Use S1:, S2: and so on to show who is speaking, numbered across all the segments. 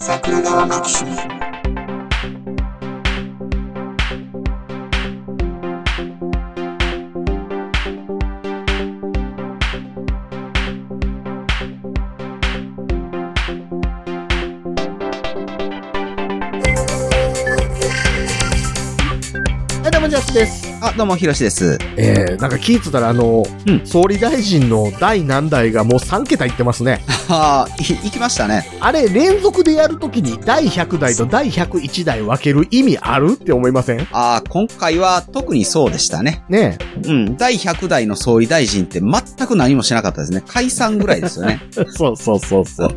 S1: 桜川マキシム
S2: はい、どうも、ジャスです。
S3: あ、どうも、ひろしです。
S2: えー、なんか聞いてたら、あの、
S3: うん
S2: 総理大臣の第何代がもう3桁いってます ね。
S3: はあ、い、行きましたね。
S2: あれ、連続でやるときに第100代と第101代分ける意味あるって思いません
S3: あー今回は特にそうでしたね。
S2: ね
S3: うん。第100代の総理大臣って全く何もしなかったですね。解散ぐらいですよね。
S2: え。そうそうそうそう。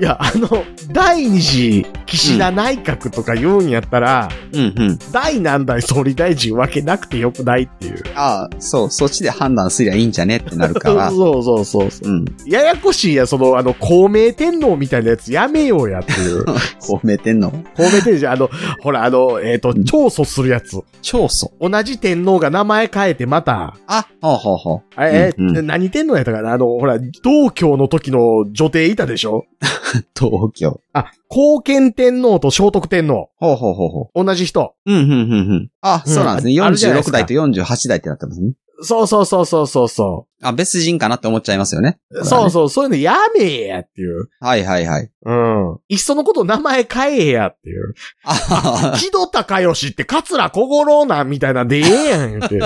S2: いや、あの、第2次岸田内閣とか言うんやったら、
S3: うんうん。
S2: 第何代総理大臣分けなくてよくないっていう。
S3: ああ、そう、そっちで判断すりゃいいんじゃねってなるか
S2: そ
S3: ら。
S2: うそうそうそう。
S3: うん。
S2: ややこしいや、その、あの、公明天皇みたいなやつやめようやっていう。
S3: こうめてんの
S2: 公明天皇じゃ、あの、ほら、あの、えっ、と、
S3: うん
S2: 調査するやつ。
S3: 長祖。
S2: 同じ天皇が名前変えてまた、
S3: あ、ほうほうほう。
S2: え、え
S3: うんうん
S2: 何天皇やったかなあの、ほら、道教の時の女帝いたでしょ
S3: 東京。
S2: あ、後見天皇と聖徳天皇。
S3: ほうほうほうほ
S2: 同じ人。
S3: う。うん、うん、うん、うん。あ、
S2: うん
S3: そうなんですね。
S2: あるじゃないで
S3: 46
S2: すか
S3: 代と48代ってなってますね。
S2: そうそうそうそうそうそ
S3: あ、別人かなって思っちゃいますよね。
S2: う。そうそう、そういうのやめえやっていう。
S3: はいはいはい。
S2: うん。いっそのこと名前変えやって いう。
S3: あはは
S2: 木戸高義って桂小五郎なんみたいなんでええや んって。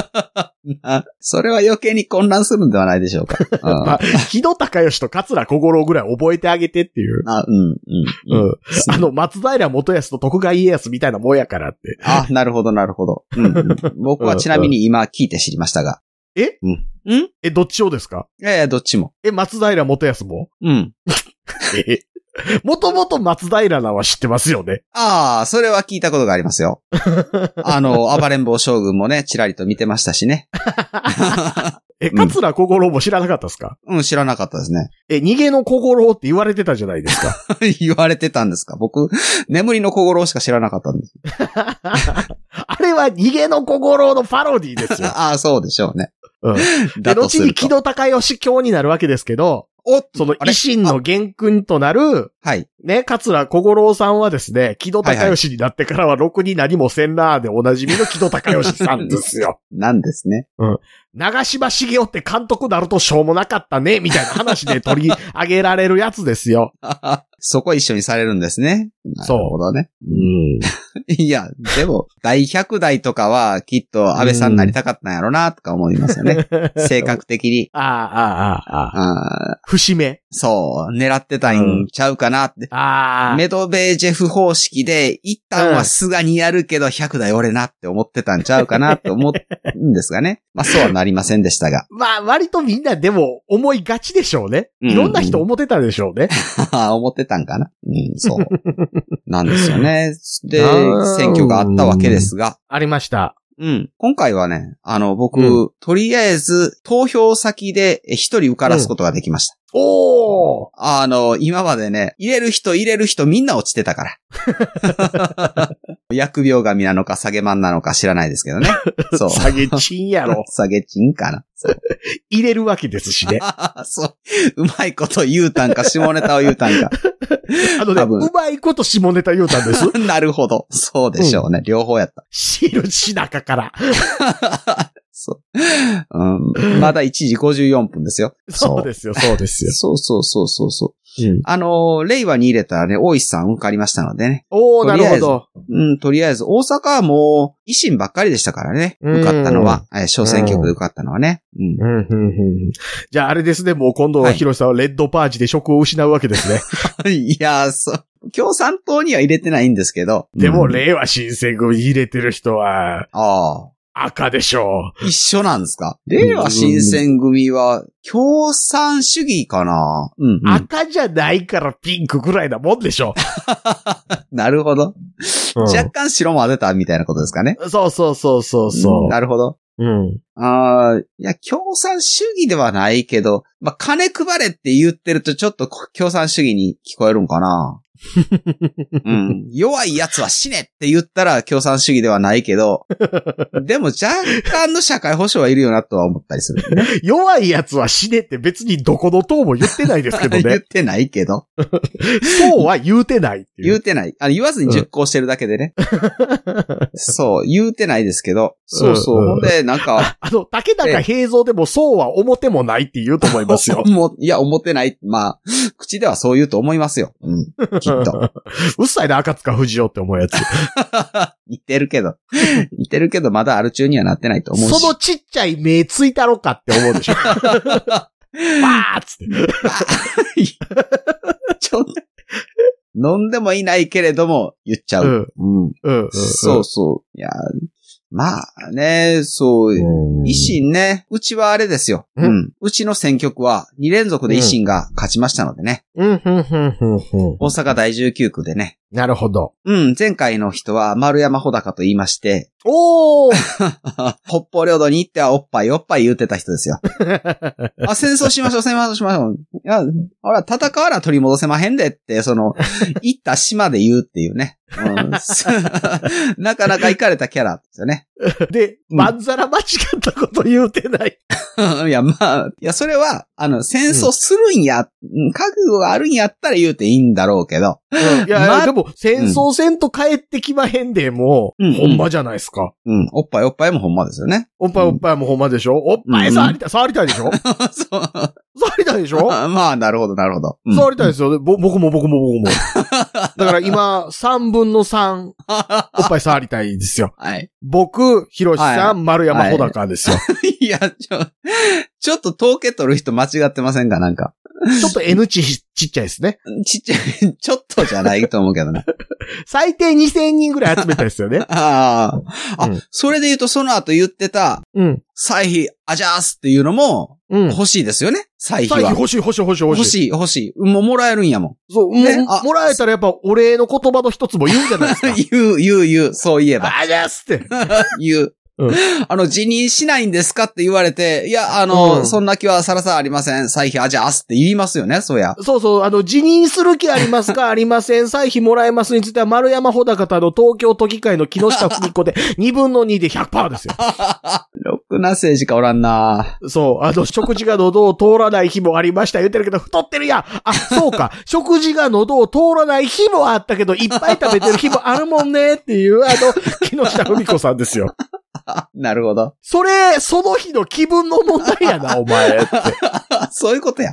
S3: あそれは余計に混乱するんではないでしょ うか。
S2: ま
S3: あ
S2: あ、木戸高義と桂小五郎ぐらい覚えてあげてっていう。
S3: あ、うん、
S2: う
S3: うん。うん
S2: ん。 あの、松平元康と徳川家康みたいなもんやからって。
S3: あ、なるほど、なるほど。うん うん僕はちなみに今聞いて知りましたが。
S2: え
S3: うん。うん
S2: え、どっちをですか
S3: いやいや、どっちも。
S2: え、松平元康も
S3: うん。
S2: えもともと松平なは知ってますよね。
S3: ああ、それは聞いたことがあります よ。あの、暴れん坊将軍もね、ちらりと見てましたしね。
S2: え、
S3: うん
S2: 桂小五郎も知らなかったですか、
S3: うん、知らなかったですね。
S2: え、逃げの小五郎って言われてたじゃないですか。
S3: 言われてたんですか僕、眠りの小五郎しか知らなかったんです。
S2: あれは逃げの小五郎のパロディですよ。
S3: ああ、そうでしょうね。
S2: うん。で、
S3: だと
S2: 後
S3: する
S2: に
S3: と
S2: 木。戸高義教になるわけですけど、
S3: おっと
S2: その
S3: あれ
S2: 維新の元君となる、
S3: はい。
S2: ね、桂小五郎さんはですね、木戸高義になってからはろくに何もせんなーでおなじみの木戸高義さんですよ。
S3: なんですね。
S2: 長柴茂雄って監督なるとしょうもなかったね、みたいな話で取 り上げられるやつですよ。
S3: そこ一緒にされるんですね。な
S2: そう
S3: るほどね。
S2: うん。
S3: いや、でも、第100代とかは、きっと安倍さんになりたかったんやろな、とか思いますよ ね。性格的に。
S2: ああ、ああ、ああ。
S3: あー
S2: 節目。
S3: そう、狙ってたんちゃうかなって。
S2: ああ。
S3: メドベージェフ方式で、一旦は菅にやるけど、100代俺なって思ってたんちゃうかなって思うんですが ね。まあ、そうはなりませんでしたが。
S2: まあ、割とみんなでも思いがちでしょうね。
S3: うん
S2: いろんな人思ってたでしょうね。
S3: 思ってたんかな。うん、そう。なんですよね。 で
S2: あー、
S3: 選挙があったわけですが。
S2: ありました。
S3: うん。今回はね、あの、僕、
S2: う
S3: とりあえず、投票先でえ一人受からすことができました。
S2: おお。
S3: あの、今までね、入れる人入れる人みんな落ちてたから。 疫病神なのか、下げまんなのか知らないですけ どね。そう。
S2: 下げちんや ろ。
S3: 下げちんかな。 そう。
S2: 入れるわけですしね。
S3: そううまいこと言うたんか、下ネタを言うた んか。
S2: あのね、
S3: 多分
S2: うまいこと下ネタ言うた んです。
S3: なるほど。そうでしょうね。両方やった。
S2: 知るし中から。
S3: そう。うん。まだ1時54分ですよ。
S2: そうですよ、そうですよ。
S3: そうそうそうそうそう。
S2: うん、
S3: あのー、令和に入れたらね、大石さん受かりましたのでね。
S2: おおなるほど。
S3: うん、とりあえず、大阪はもう、維新ばっかりでしたからね。
S2: うん
S3: 受かったのは、えー小選挙区で受かったのはね。うん。
S2: うんうんうんうんじゃああれですね、もう今度は
S3: はい
S2: ヒロシさんはレッドパージで職を失うわけですね。
S3: いやー、そう。共産党には入れてないんですけど。
S2: で
S3: う
S2: も、
S3: ん
S2: 令和新選組入れてる人は
S3: ああ。
S2: 赤でしょ
S3: 一緒なんですか令和新選組は、共産主義かなうん、う
S2: う。
S3: ん。
S2: 赤じゃないからピンクぐらいなもんでしょ
S3: なるほど。
S2: う。
S3: 若干白も当てたみたいなことですかね。
S2: そうそうそうそうそ
S3: んなるほど。
S2: う。うん。
S3: ああ、いや、共産主義では ないけど、まあ、金配れって言ってるとちょっとこ共産主義に聞こえるんかな。うん。弱い奴は死ねって言ったら共産主義ではないけ ど、でも若干の社会保障はいるよなとは思ったりす る。
S2: 弱い奴は死ねって別にどこの党も言ってないですけど
S3: 言っ
S2: ね。
S3: てないけど。
S2: そうは言うてないってい
S3: 言
S2: う。
S3: うてない。あの、言わずに実行してるだけで ね。そう、言うてないですけど。そうそう。
S2: うんう
S3: ほん
S2: ん
S3: で、なんか、。
S2: あの、竹中平蔵でもそうは思ってもないって言うと思いますよ
S3: もう、いや、思ってない。まあ、口ではそう言うと思いますよ。うん。きっと。
S2: うっさいな、赤塚不二夫って思うやつ。
S3: 言ってるけ ど。言ってるけど、まだアル中にはなってないと思うし。
S2: そのちっちゃい目ついたろかって思う でしょ。バーっつって。
S3: ちょっと飲んでもいないけれども、言っちゃう。うん。
S2: うんうん。
S3: そうそう。いや、まあね、そう。
S2: うん。
S3: 維新ね、うちはあれですよ。
S2: うん
S3: うん。うちの選挙区は2連続で維新が勝ちましたのでね。
S2: うん、ふん、ふん、ふん、ふん。
S3: 大阪第19区でね。
S2: なるほど。
S3: うん、前回の人は丸山穂高と言いま して、
S2: おー
S3: 北方領土に行ってはおっぱいおっぱい言ってた人ですよ。 あ、戦争しましょう、戦争しましょう。いや、ほら、戦わな取り戻せまへんでって、そ の、行った島で言うっていうね。うん、 すなかなか行かれたキャラですよね。
S2: で、
S3: うん
S2: まんざら間違ったこと言うてない。
S3: いや、まあ、いや、それは、あの、戦争するんや、うん覚悟があるんやったら言うていいんだろうけど。
S2: いや、
S3: ま
S2: でも、戦争せんと帰ってきまへんで、もう、
S3: うん
S2: ほんまじゃないですか。
S3: うん、おっぱいおっぱいもほんまですよね。
S2: おっぱいおっぱいもほんまでしょおっぱい触りたい、触りたいでしょ
S3: そう。
S2: 触りたいでしょ
S3: まあ、なるほど、なるほど。うん
S2: 触 りたいですよね。ぼ僕も僕も僕も。だから今、3分の3、おっぱい触りたいですよ。
S3: はい。
S2: 僕、ひろし
S3: は
S2: さ
S3: い
S2: ん、丸山穂高ですよ。
S3: いや、ちょ、ちょっと統計取る人間違ってませんかなんか。
S2: ちょっと N 値ちっちゃいですね。
S3: ちっちゃい、ちょっとじゃないと思うけどね。。
S2: 最低2000人ぐらい集めたいですよね
S3: ああ。あ、
S2: うん
S3: それで言うと、その後言ってた、
S2: うん。
S3: 歳費、アジャースっていうのも、
S2: うん。
S3: 欲しいですよね。歳
S2: 最
S3: 費
S2: 近
S3: は。
S2: 欲しい欲しい欲しい欲
S3: 欲
S2: しい。
S3: しい、欲しい。もうもらえるんやも
S2: そう、
S3: ね
S2: も
S3: あ
S2: もらえたらやっぱお礼の言葉の一つも言うんじゃないですか
S3: ん。。 言う、言う、言う、そういえば。
S2: あじゃっすって。
S3: 言う
S2: うん。
S3: あの、辞任しないんですかって言われて、いや、あの、
S2: うん
S3: そんな気はさらさらありません。歳費、アジャースって言いますよね、そりゃ。
S2: そうそう、あの、辞任する気ありますかありません。歳費もらえますについては、丸山穂高とあの、東京都議会の木下富美子で、2分の2で100%ですよ。
S3: ろくな政治家おらんな
S2: そう、あの、食事が喉を通らない日もありました。言ってるけど、太ってるやん。あ、そう か。食事が喉を通らない日もあったけど、いっぱい食べてる日もあるもんね。っていう、あの、木下富美子さんですよ。
S3: なるほど。
S2: それ、その日の気分の問題やな、お前。
S3: あそういうことや。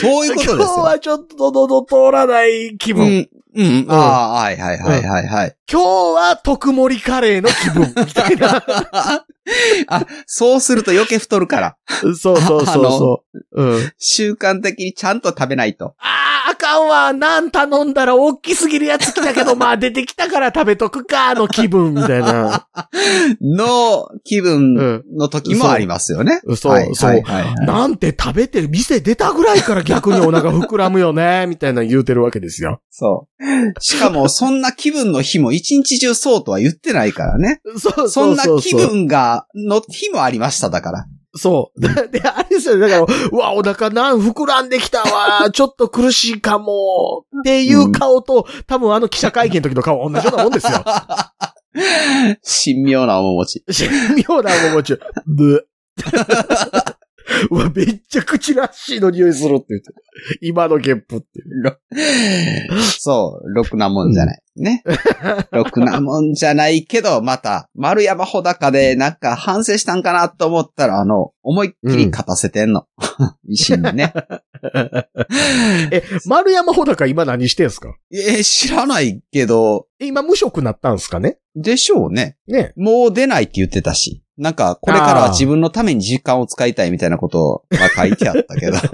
S3: そういうこと
S2: 今
S3: で
S2: 日
S3: すよ。
S2: はちょっと喉通らない気
S3: う
S2: 分。
S3: ん。うん。ああ、はいはいはいはいはい。
S2: 今日は特盛りカレーの 気分。みたいな。
S3: あ、そうすると余計太るから。
S2: そうそうそうそう。うん。
S3: 習慣的にちゃんと食べない と。
S2: あー、あかんわ。なん頼んだら大きすぎるやつ来たけど、まあ出てきたから食べとくか、の気分みたいな。
S3: の気分の時もありますよね。
S2: そう、
S3: はい
S2: そう、
S3: はい はいはい
S2: なんて食べて店出たぐらいから逆にお腹膨らむよ ね、みたいな言うてるわけですよ。
S3: そう。しかも、そんな気分の日も一日中そうとは言ってないからね。
S2: そう、
S3: そんな気
S2: そうそう
S3: 分が、の日もありました、だから。
S2: そう。で、あれですよね。だから、うわ、お腹なん、膨らんできた わ。ちょっと苦しいかも。っていう顔と、多分あの記者会見の時の顔同じようなもんですよ。
S3: 神妙な面持ち。
S2: 神妙な面持ち。ブッ。うわ、めっちゃ口らしいの匂いするって言って。今のゲップって。
S3: ろ そう、ろくなもんじゃない。 ね。ろくなもんじゃないけど、また、丸山穂高でなんか反省したんかなと思ったら、あの、思いっきり勝たせて んの。維新にね。
S2: え、丸山穂高今何してんすか
S3: え、知らないけど、
S2: え今無職なったんすかね
S3: でしょうね。
S2: ね。
S3: もう出ないって言ってたし。なんか、これからは自分のために時間を使いたいみたいなことが書いてあったけど。使っ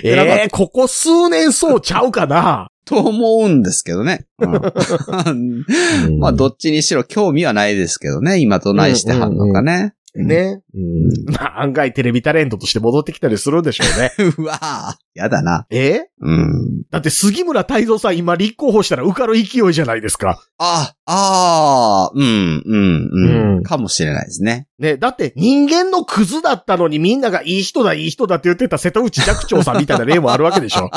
S3: てなかった
S2: えー、ここ数年そうちゃうかな
S3: と思うんですけどね。うん、まあ、どっちにしろ興味はないですけどね。今どないしてはんのかね。
S2: ね。まあ、案外テレビタレントとして戻ってきたりするんでしょうね。
S3: うわぁ、やだな。
S2: え
S3: うん。
S2: だって杉村太蔵さん今立候補したら受かる勢いじゃないですか。
S3: あ、ああ、うん、うん、うん、
S2: うん
S3: かもしれないですね。
S2: ね、だって人間のクズだったのにみんながいい人だ、いい人だって言ってた瀬戸内寂聴さんみたいな例もあるわけで しょ。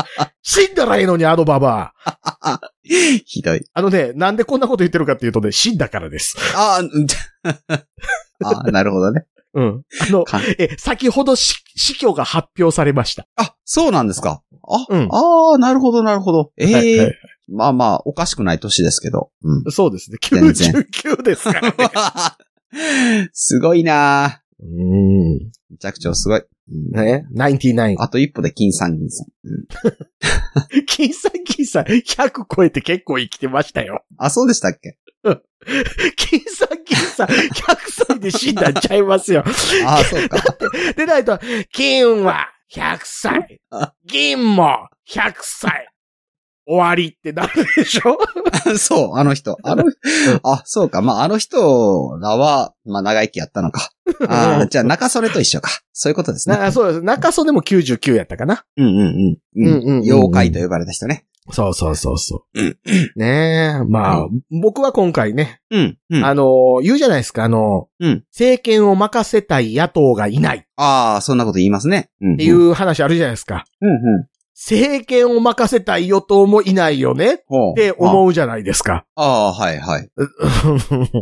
S2: 死んだらええのに、あのババア。
S3: ひどい。
S2: あのね、なんでこんなこと言ってるかっていうとね、死んだからです。
S3: あーうん あー、なるほどね。
S2: うん。あの
S3: か、
S2: え、先ほど死、死去が発表されました。
S3: あ、そうなんですか。あ、
S2: うん
S3: ああ、なるほど、なるほど。ええ
S2: はいはい
S3: まあまあ、おかしくない年ですけど。うん。
S2: そうですね。
S3: 全然
S2: 99ですから ね。
S3: すごいなぁ。
S2: うん。
S3: 弱長すごい。うん
S2: ね。99。
S3: あと一歩で金さん銀さん。
S2: 金さん金さん、100超えて結構生きてましたよ。
S3: あ、そうでしたっけ
S2: 金さん金さん、100歳で死んだんちゃいますよ。
S3: ああ、そうか。
S2: でないと、金は100歳、銀も100歳、終わりってなるでしょ
S3: そう、あの人。あの、あ、そうか。まあ、あの人らは、まあ、長生きやったのか。あーじゃあ、中それと一緒か。そういうことですね。
S2: なそうです。中曽根も99やったかな。
S3: うんうんうん。
S2: うんうんうん
S3: 妖怪と呼ばれた人ね。
S2: そうそうそうそう。ねえ、まあ、僕は今回ね、
S3: うん。うん、
S2: あ
S3: あ
S2: の、言うじゃないですか、あの、
S3: うん
S2: 政権を任せたい野党がいないっ
S3: あー、そんなこと言いますね。って
S2: い。う話あるじゃないですか。
S3: うんうん。
S2: 政権を任せたい与党もいないよねっ
S3: ほう
S2: て思うじゃないですか。
S3: ああ、はいはい。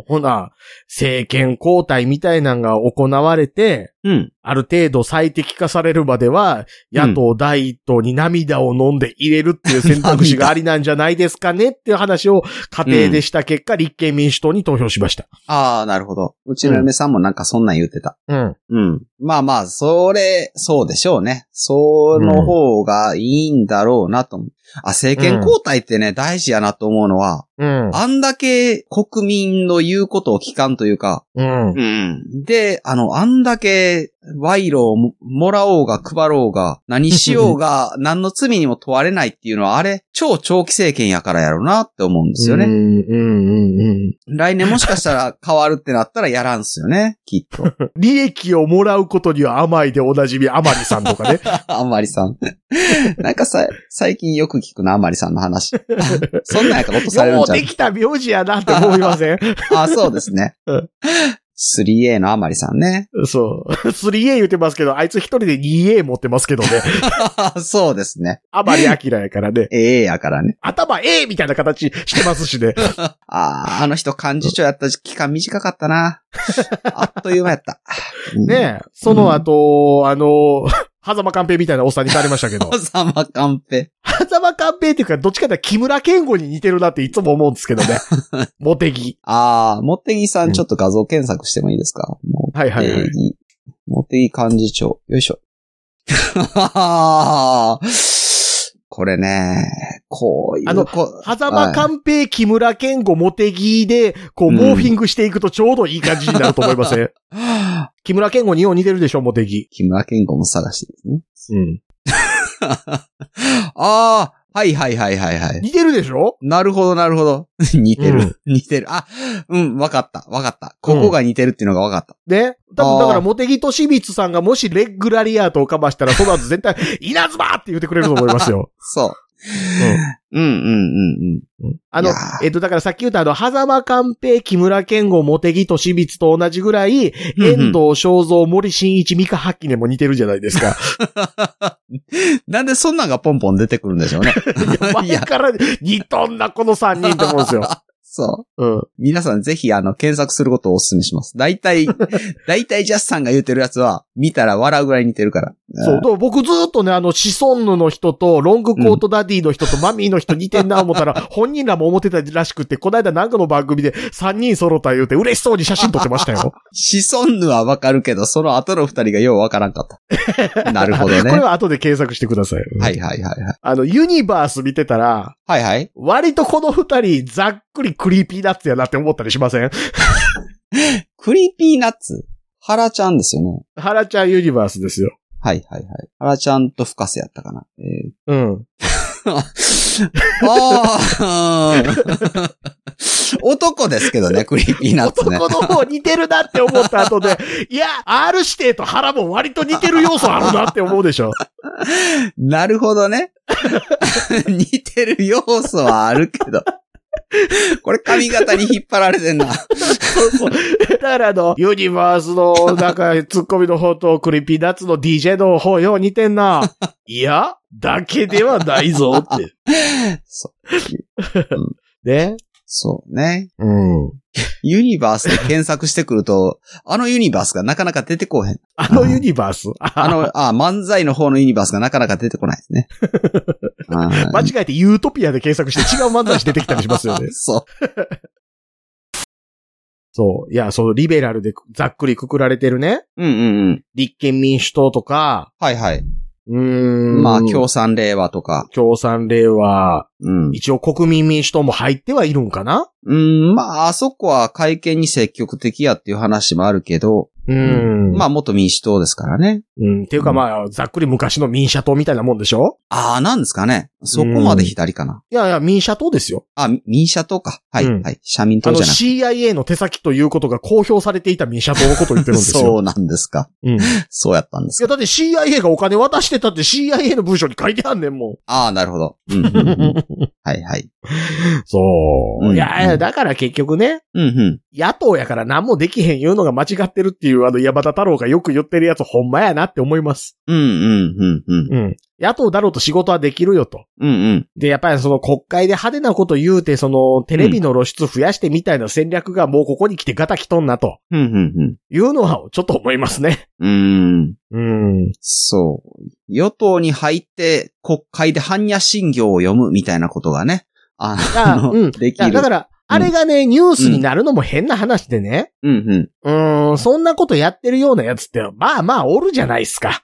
S2: ほな、政権交代みたいなんが行われて、
S3: うん。
S2: ある程度最適化されるまでは、野党第一党に涙を飲んで入れるっていう選択肢がありなんじゃないですかねっていう話を家庭でした結果、立憲民主党に投票しました。
S3: ああ、なるほど。うちの嫁さんもなんかそんなん言ってた。
S2: うん。
S3: うん。まあまあ、それ、そうでしょうね。その方がいいんだろうなと思う。あ、政権交代ってね、大事やなと思うのは、
S2: うん。
S3: あんだけ国民の言うことを聞かんというか、
S2: うん。
S3: うん。で、あの、あんだけ賄賂をももらおうが配ろうが、何しようが、 何の罪にも問われないっていうのは、あれ、超長期政権やからやろうなって思うんですよ
S2: うん
S3: ね。
S2: うんうん
S3: 来年もしかしたら変わるってなったらやらんすよ ね、きっと。
S2: うん。利益をもらうことには甘いでおなじみ甘利さんとかね。
S3: あんまりさん。 なんかさ、最近よく聞くな、あんまりさんの話。 そんなんやから落とされるん
S2: よう
S3: じゃ
S2: で
S3: ん。
S2: きた名字やなって思い ません
S3: あ、そうですね
S2: うん。
S3: 3A のあまりさんね。
S2: そう。3A 言ってますけど、あいつ一人で 2A 持ってますけ どね。
S3: そうですね。
S2: あまり明やからね。
S3: AA やからね。
S2: 頭 A みたいな形してま すしね。
S3: ああ、あの人幹事長やった期間短かった な。あっという間やった。
S2: ねえ。その後、あの、狭間寛平みたいなおっさんにされました けど
S3: お。さまかんぺ。
S2: 狭間寛平っていうか、どっちかっていうと木村健吾に似てるなっていつも思うんですけどね。モテギ。
S3: ああ、モテギさ
S2: うん
S3: んちょっと画像検索してもいいですかモ
S2: はいはいは
S3: テ
S2: い。
S3: ギ。モテギ幹事長。よいしょ。 これね、こういう。
S2: あの
S3: こ
S2: 狭間
S3: はい
S2: 寛平、木村健吾、モテギで、こう、
S3: うん
S2: モーフィングしていくとちょうどいい感じになると思い ません木村健吾によう似てるでしょ、モテギ。
S3: 木村健吾も探してですね。
S2: うん。
S3: ああ、はいはいはいはいはい。
S2: 似てるでしょ
S3: なるほど、なるほど。 似てる、似てる。あ、うん、わかった、わかった。ここが似てるっていうのがわかった。
S2: ね。多
S3: あ
S2: 分
S3: ー
S2: だから、茂木敏光さんがもしレッグラリアートをかましたら、その後絶対、稲妻って言ってくれると思います よ。
S3: そう。うん、うん、うん、
S2: あの
S3: いやー、
S2: えっと、だからさっき言ったあの、狭間寛平、木村健吾、茂木敏光と同じぐらい、
S3: うん
S2: 遠藤正造、森進一、三河八記念も似てるじゃないですか。
S3: うん。なんでそんなんがポンポン出てくるんで しょうね。 い
S2: 前
S3: や、
S2: から似とんな、この三人って思うんですよ。
S3: そう。
S2: うん。
S3: 皆さんぜひ、あの、検索することをお勧めします。大 体、大体ジャスさんが言ってるやつは、見たら笑うぐらい似てるから。
S2: そう。だから僕ずーっとね、あの、シソンヌの人と、ロングコートダディの人と、マミーの人似てんな思っ たら、本人らも思ってたらしくって、こないだなんかの番組で3人揃った言うて、嬉しそうに写真撮ってましたよ。
S3: シソンヌはわかるけど、その後の二人がようわからんか った。なるほ どね。
S2: これは後で検索してください。
S3: はいはいはいはい。
S2: あの、ユニバース見てたら、
S3: はいはい。
S2: 割とこの二人、ざっくりクリーピーナッツやなって思ったりしません
S3: クリーピーナッツ。ハラちゃんですよね。
S2: ハラちゃんユニバースですよ。
S3: はいはいはい。ハラちゃんと深瀬やったかな。えー、
S2: うん。
S3: ああ 男ですけどね、クリーピーナッツ
S2: 男
S3: ね。
S2: の方似てるなって思った 後で、いや、R 指定と腹も割と似てる要素あるなって思うでしょ。
S3: なるほどね。似てる要素はあるけど。これ髪型に引っ張られてんな。
S2: だからあの、ユニバースの、なんか、ツッコミの方と、クリーピーナッツの DJ の方よう似てんな。 いや、だけではないぞって。
S3: そ
S2: ね。
S3: そうね。
S2: うん。
S3: ユニバースで検索してくると、あのユニバースがなかなか出てこへん。
S2: あのユニバース。
S3: あ
S2: あの、
S3: の、あ、漫才の方のユニバースがなかなか出てこないです ね。あー。
S2: 間違えてユートピアで検索して違う漫才師出てきたりしますよね
S3: そう。
S2: そう。いや、そのリベラルでざっくりくくられてるね。
S3: うんうんうん。
S2: 立憲民主党とか、
S3: はいはい。
S2: うーん。
S3: まあ、共産令和とか。
S2: 共産令和、
S3: うん。
S2: 一応国民民主党も入ってはいるんかな
S3: うん、まあ、あそこは会見に積極的やっていう話もあるけど、
S2: うん。
S3: ま
S2: あ、
S3: あ、元民主党ですからね。
S2: うん。っていうかまあ、ざっくり昔の民社党みたいなもんでしょ
S3: ああ、なんですかね。そこまで左かな。
S2: いやいや、民社党ですよ。
S3: あ、み民社党か。はい、
S2: うん
S3: はい。社民
S2: あ
S3: 党
S2: の
S3: じゃなく
S2: CIA の手先ということが公表されていた民社党のことを言って
S3: て。
S2: るんですよ。
S3: そうなんですか。
S2: うん。い
S3: そうやったんですか。
S2: や、だって CIA がお金渡してたって CIA の文章に書いてあんねんもん。
S3: ああ、なるほど。うん、うんうん、 はい、はい。
S2: そうう。
S3: ん
S2: いやいや、だから結局ね、
S3: うん、うん。
S2: 野党やから何もできへん言うのが間違ってるっていうあの山田太郎がよく言ってるやつほんまやなって思います。
S3: うん、うん、うん、うん。
S2: うん。野党だろうと仕事はできるよと。
S3: うん、うん。
S2: で、やっぱりその国会で派手なこと言うて、そのテレビの露出増やしてみたいな戦略がもうここに来てガタきとんなと
S3: うん、うん、
S2: いうのはちょっと思いますね。
S3: うん。うん。
S2: うん。
S3: そう。与党に入って、国会で般若心経を読むみたいなことがね。あの、
S2: うん
S3: でき
S2: だ
S3: る。
S2: から、あれがね、ニュースになるのも変な話でね。
S3: うんうん。
S2: うーん、そんなことやってるようなやつって、まあまあおるじゃないですか。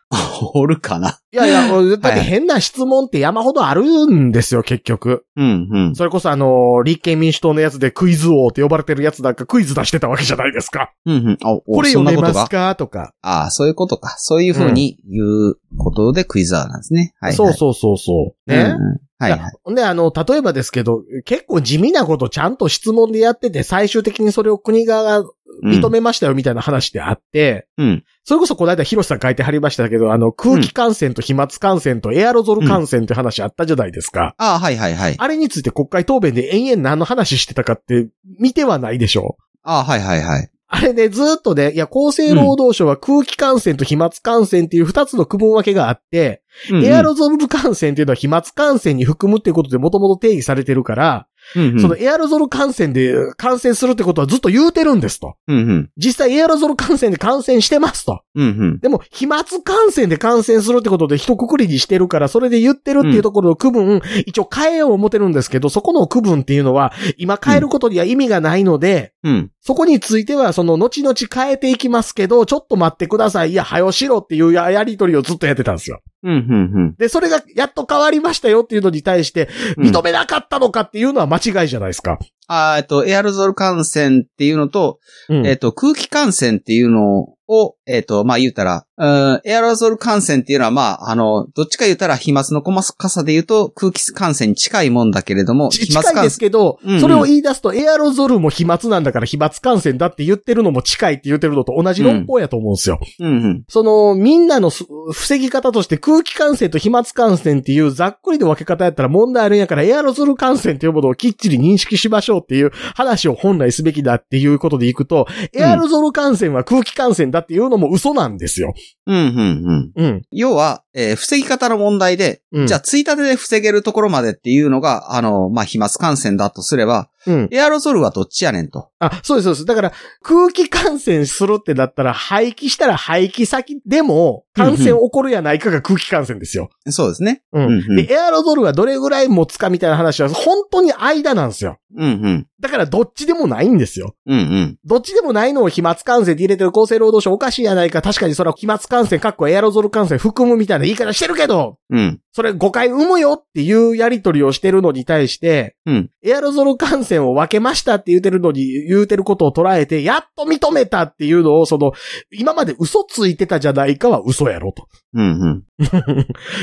S3: おるかな。
S2: いやいや、だっ
S3: は
S2: て
S3: い
S2: 変な質問って山ほどあるんですよ、結局。
S3: うんうん。
S2: それこそあのー、立憲民主党のやつでクイズ王って呼ばれてるやつなんかクイズ出してたわけじゃないですか。
S3: うんうん。あ、
S2: こ
S3: こ
S2: れ
S3: そん
S2: 読
S3: な
S2: め
S3: こ
S2: ま
S3: と
S2: す
S3: が。
S2: かとか。
S3: ああ、そういうことか。そういうふうに言うことでクイズアーなんですね。はい、はい。
S2: そうそうそうそう。ね。
S3: うんうんはい
S2: い
S3: は
S2: や
S3: い。
S2: ほんで、あの、例えばですけど、結構地味なことちゃんと質問でやってて、最終的にそれを国側が認めましたよみたいな話であって、
S3: うん。
S2: それこそこの間ヒロシさん書いてはりましたけど、あの、空気感染と飛沫感染とエアロゾル感染って話あったじゃないですか。
S3: ああ、はいはいはい。あ
S2: あれについて国会答弁で延々何の話してたかって見てはないでしょう。
S3: あ、はいはいはい。
S2: あれね、ずーっとね、いや、厚生労働省は空気感染と飛沫感染っていう二つの区分分けがあって、
S3: うんうん
S2: エアロゾル感染っていうのは飛沫感染に含むっていうことでもともと定義されてるから、
S3: うんうん
S2: そのエアロゾル感染で感染するってことはずっと言うてるんですと。
S3: うんうん。
S2: 実際エアロゾル感染で感染してますと。
S3: うんうん。
S2: でも、飛沫感染で感染するってことで一括りにしてるから、それで言ってるっていうところの区分、一応変えよう思ってるんですけど、そこの区分っていうのは、今変えることには意味がないので、
S3: うん。
S2: そこについては、その、後々変えていきますけど、ちょっと待ってください。いや、早よしろっていうややりとりをずっとやってたんですよ。
S3: うんうん
S2: で、それが、やっと変わりましたよっていうのに対して、
S3: うん。
S2: 認めなかったのかっていうのは間違いじゃないですか。
S3: あーえっと、エアロゾル感染っていうのと、
S2: うん
S3: えっと、空気感染っていうのを、えっと、まあ、言うたら、うん、エアロゾル感染っていうのは、まあ、あの、どっちか言うたら、飛沫の細かさで言うと、空気感染に近いもんだけれども、
S2: ち
S3: 飛沫
S2: 近い
S3: 感
S2: です
S3: 染。
S2: けど、
S3: うんうん
S2: それを言い出すと、エアロゾルも飛沫なんだから飛沫感染だって言ってるのも近いって言ってるのと同じ論法やと思うんですよ。
S3: うんうん。
S2: その、みんなのす防ぎ方として空気感染と飛沫感染っていうざっくりの分け方やったら問題あるんやから、エアロゾル感染というものをきっちり認識しましょうっていう話を本来すべきだっていうことでいくと、
S3: うん
S2: エアロゾル感染は空気感染だっていうのも嘘なんですよ。
S3: うんうんうん。
S2: うん。
S3: 要は、えー防ぎ方の問題で、
S2: うん
S3: じゃあ、ついたてで防げるところまでっていうのが、あの、まあ、飛沫感染だとすれば、
S2: うん。
S3: エアロゾルはどっちやねんと。
S2: あ、そうです、そうです。だから、空気感染するってなったら、廃棄したら廃棄先でも、感染起こるやないかが空気感染ですよ。
S3: そうですね。
S2: う。
S3: うんんうん。
S2: で、エアロゾルがどれぐらい持つかみたいな話は、本当に間なんですよ。
S3: うんうん。
S2: だから、どっちでもないんですよ。
S3: うんうん。
S2: どっちでもないのを飛沫感染で入れてる厚生労働省おかしいやないか。確かにそれは飛沫感染、かっこエアロゾル感染含むみたいな言い方してるけど、
S3: うん。
S2: それ誤解生むよっていうやりとりをしてるのに対して、
S3: うん
S2: エアロゾル感染を分けましたって言ってるのに、言うてることを捉えて、やっと認めたっていうのを、その、今まで嘘ついてたじゃないかは嘘やろと。
S3: うんうん。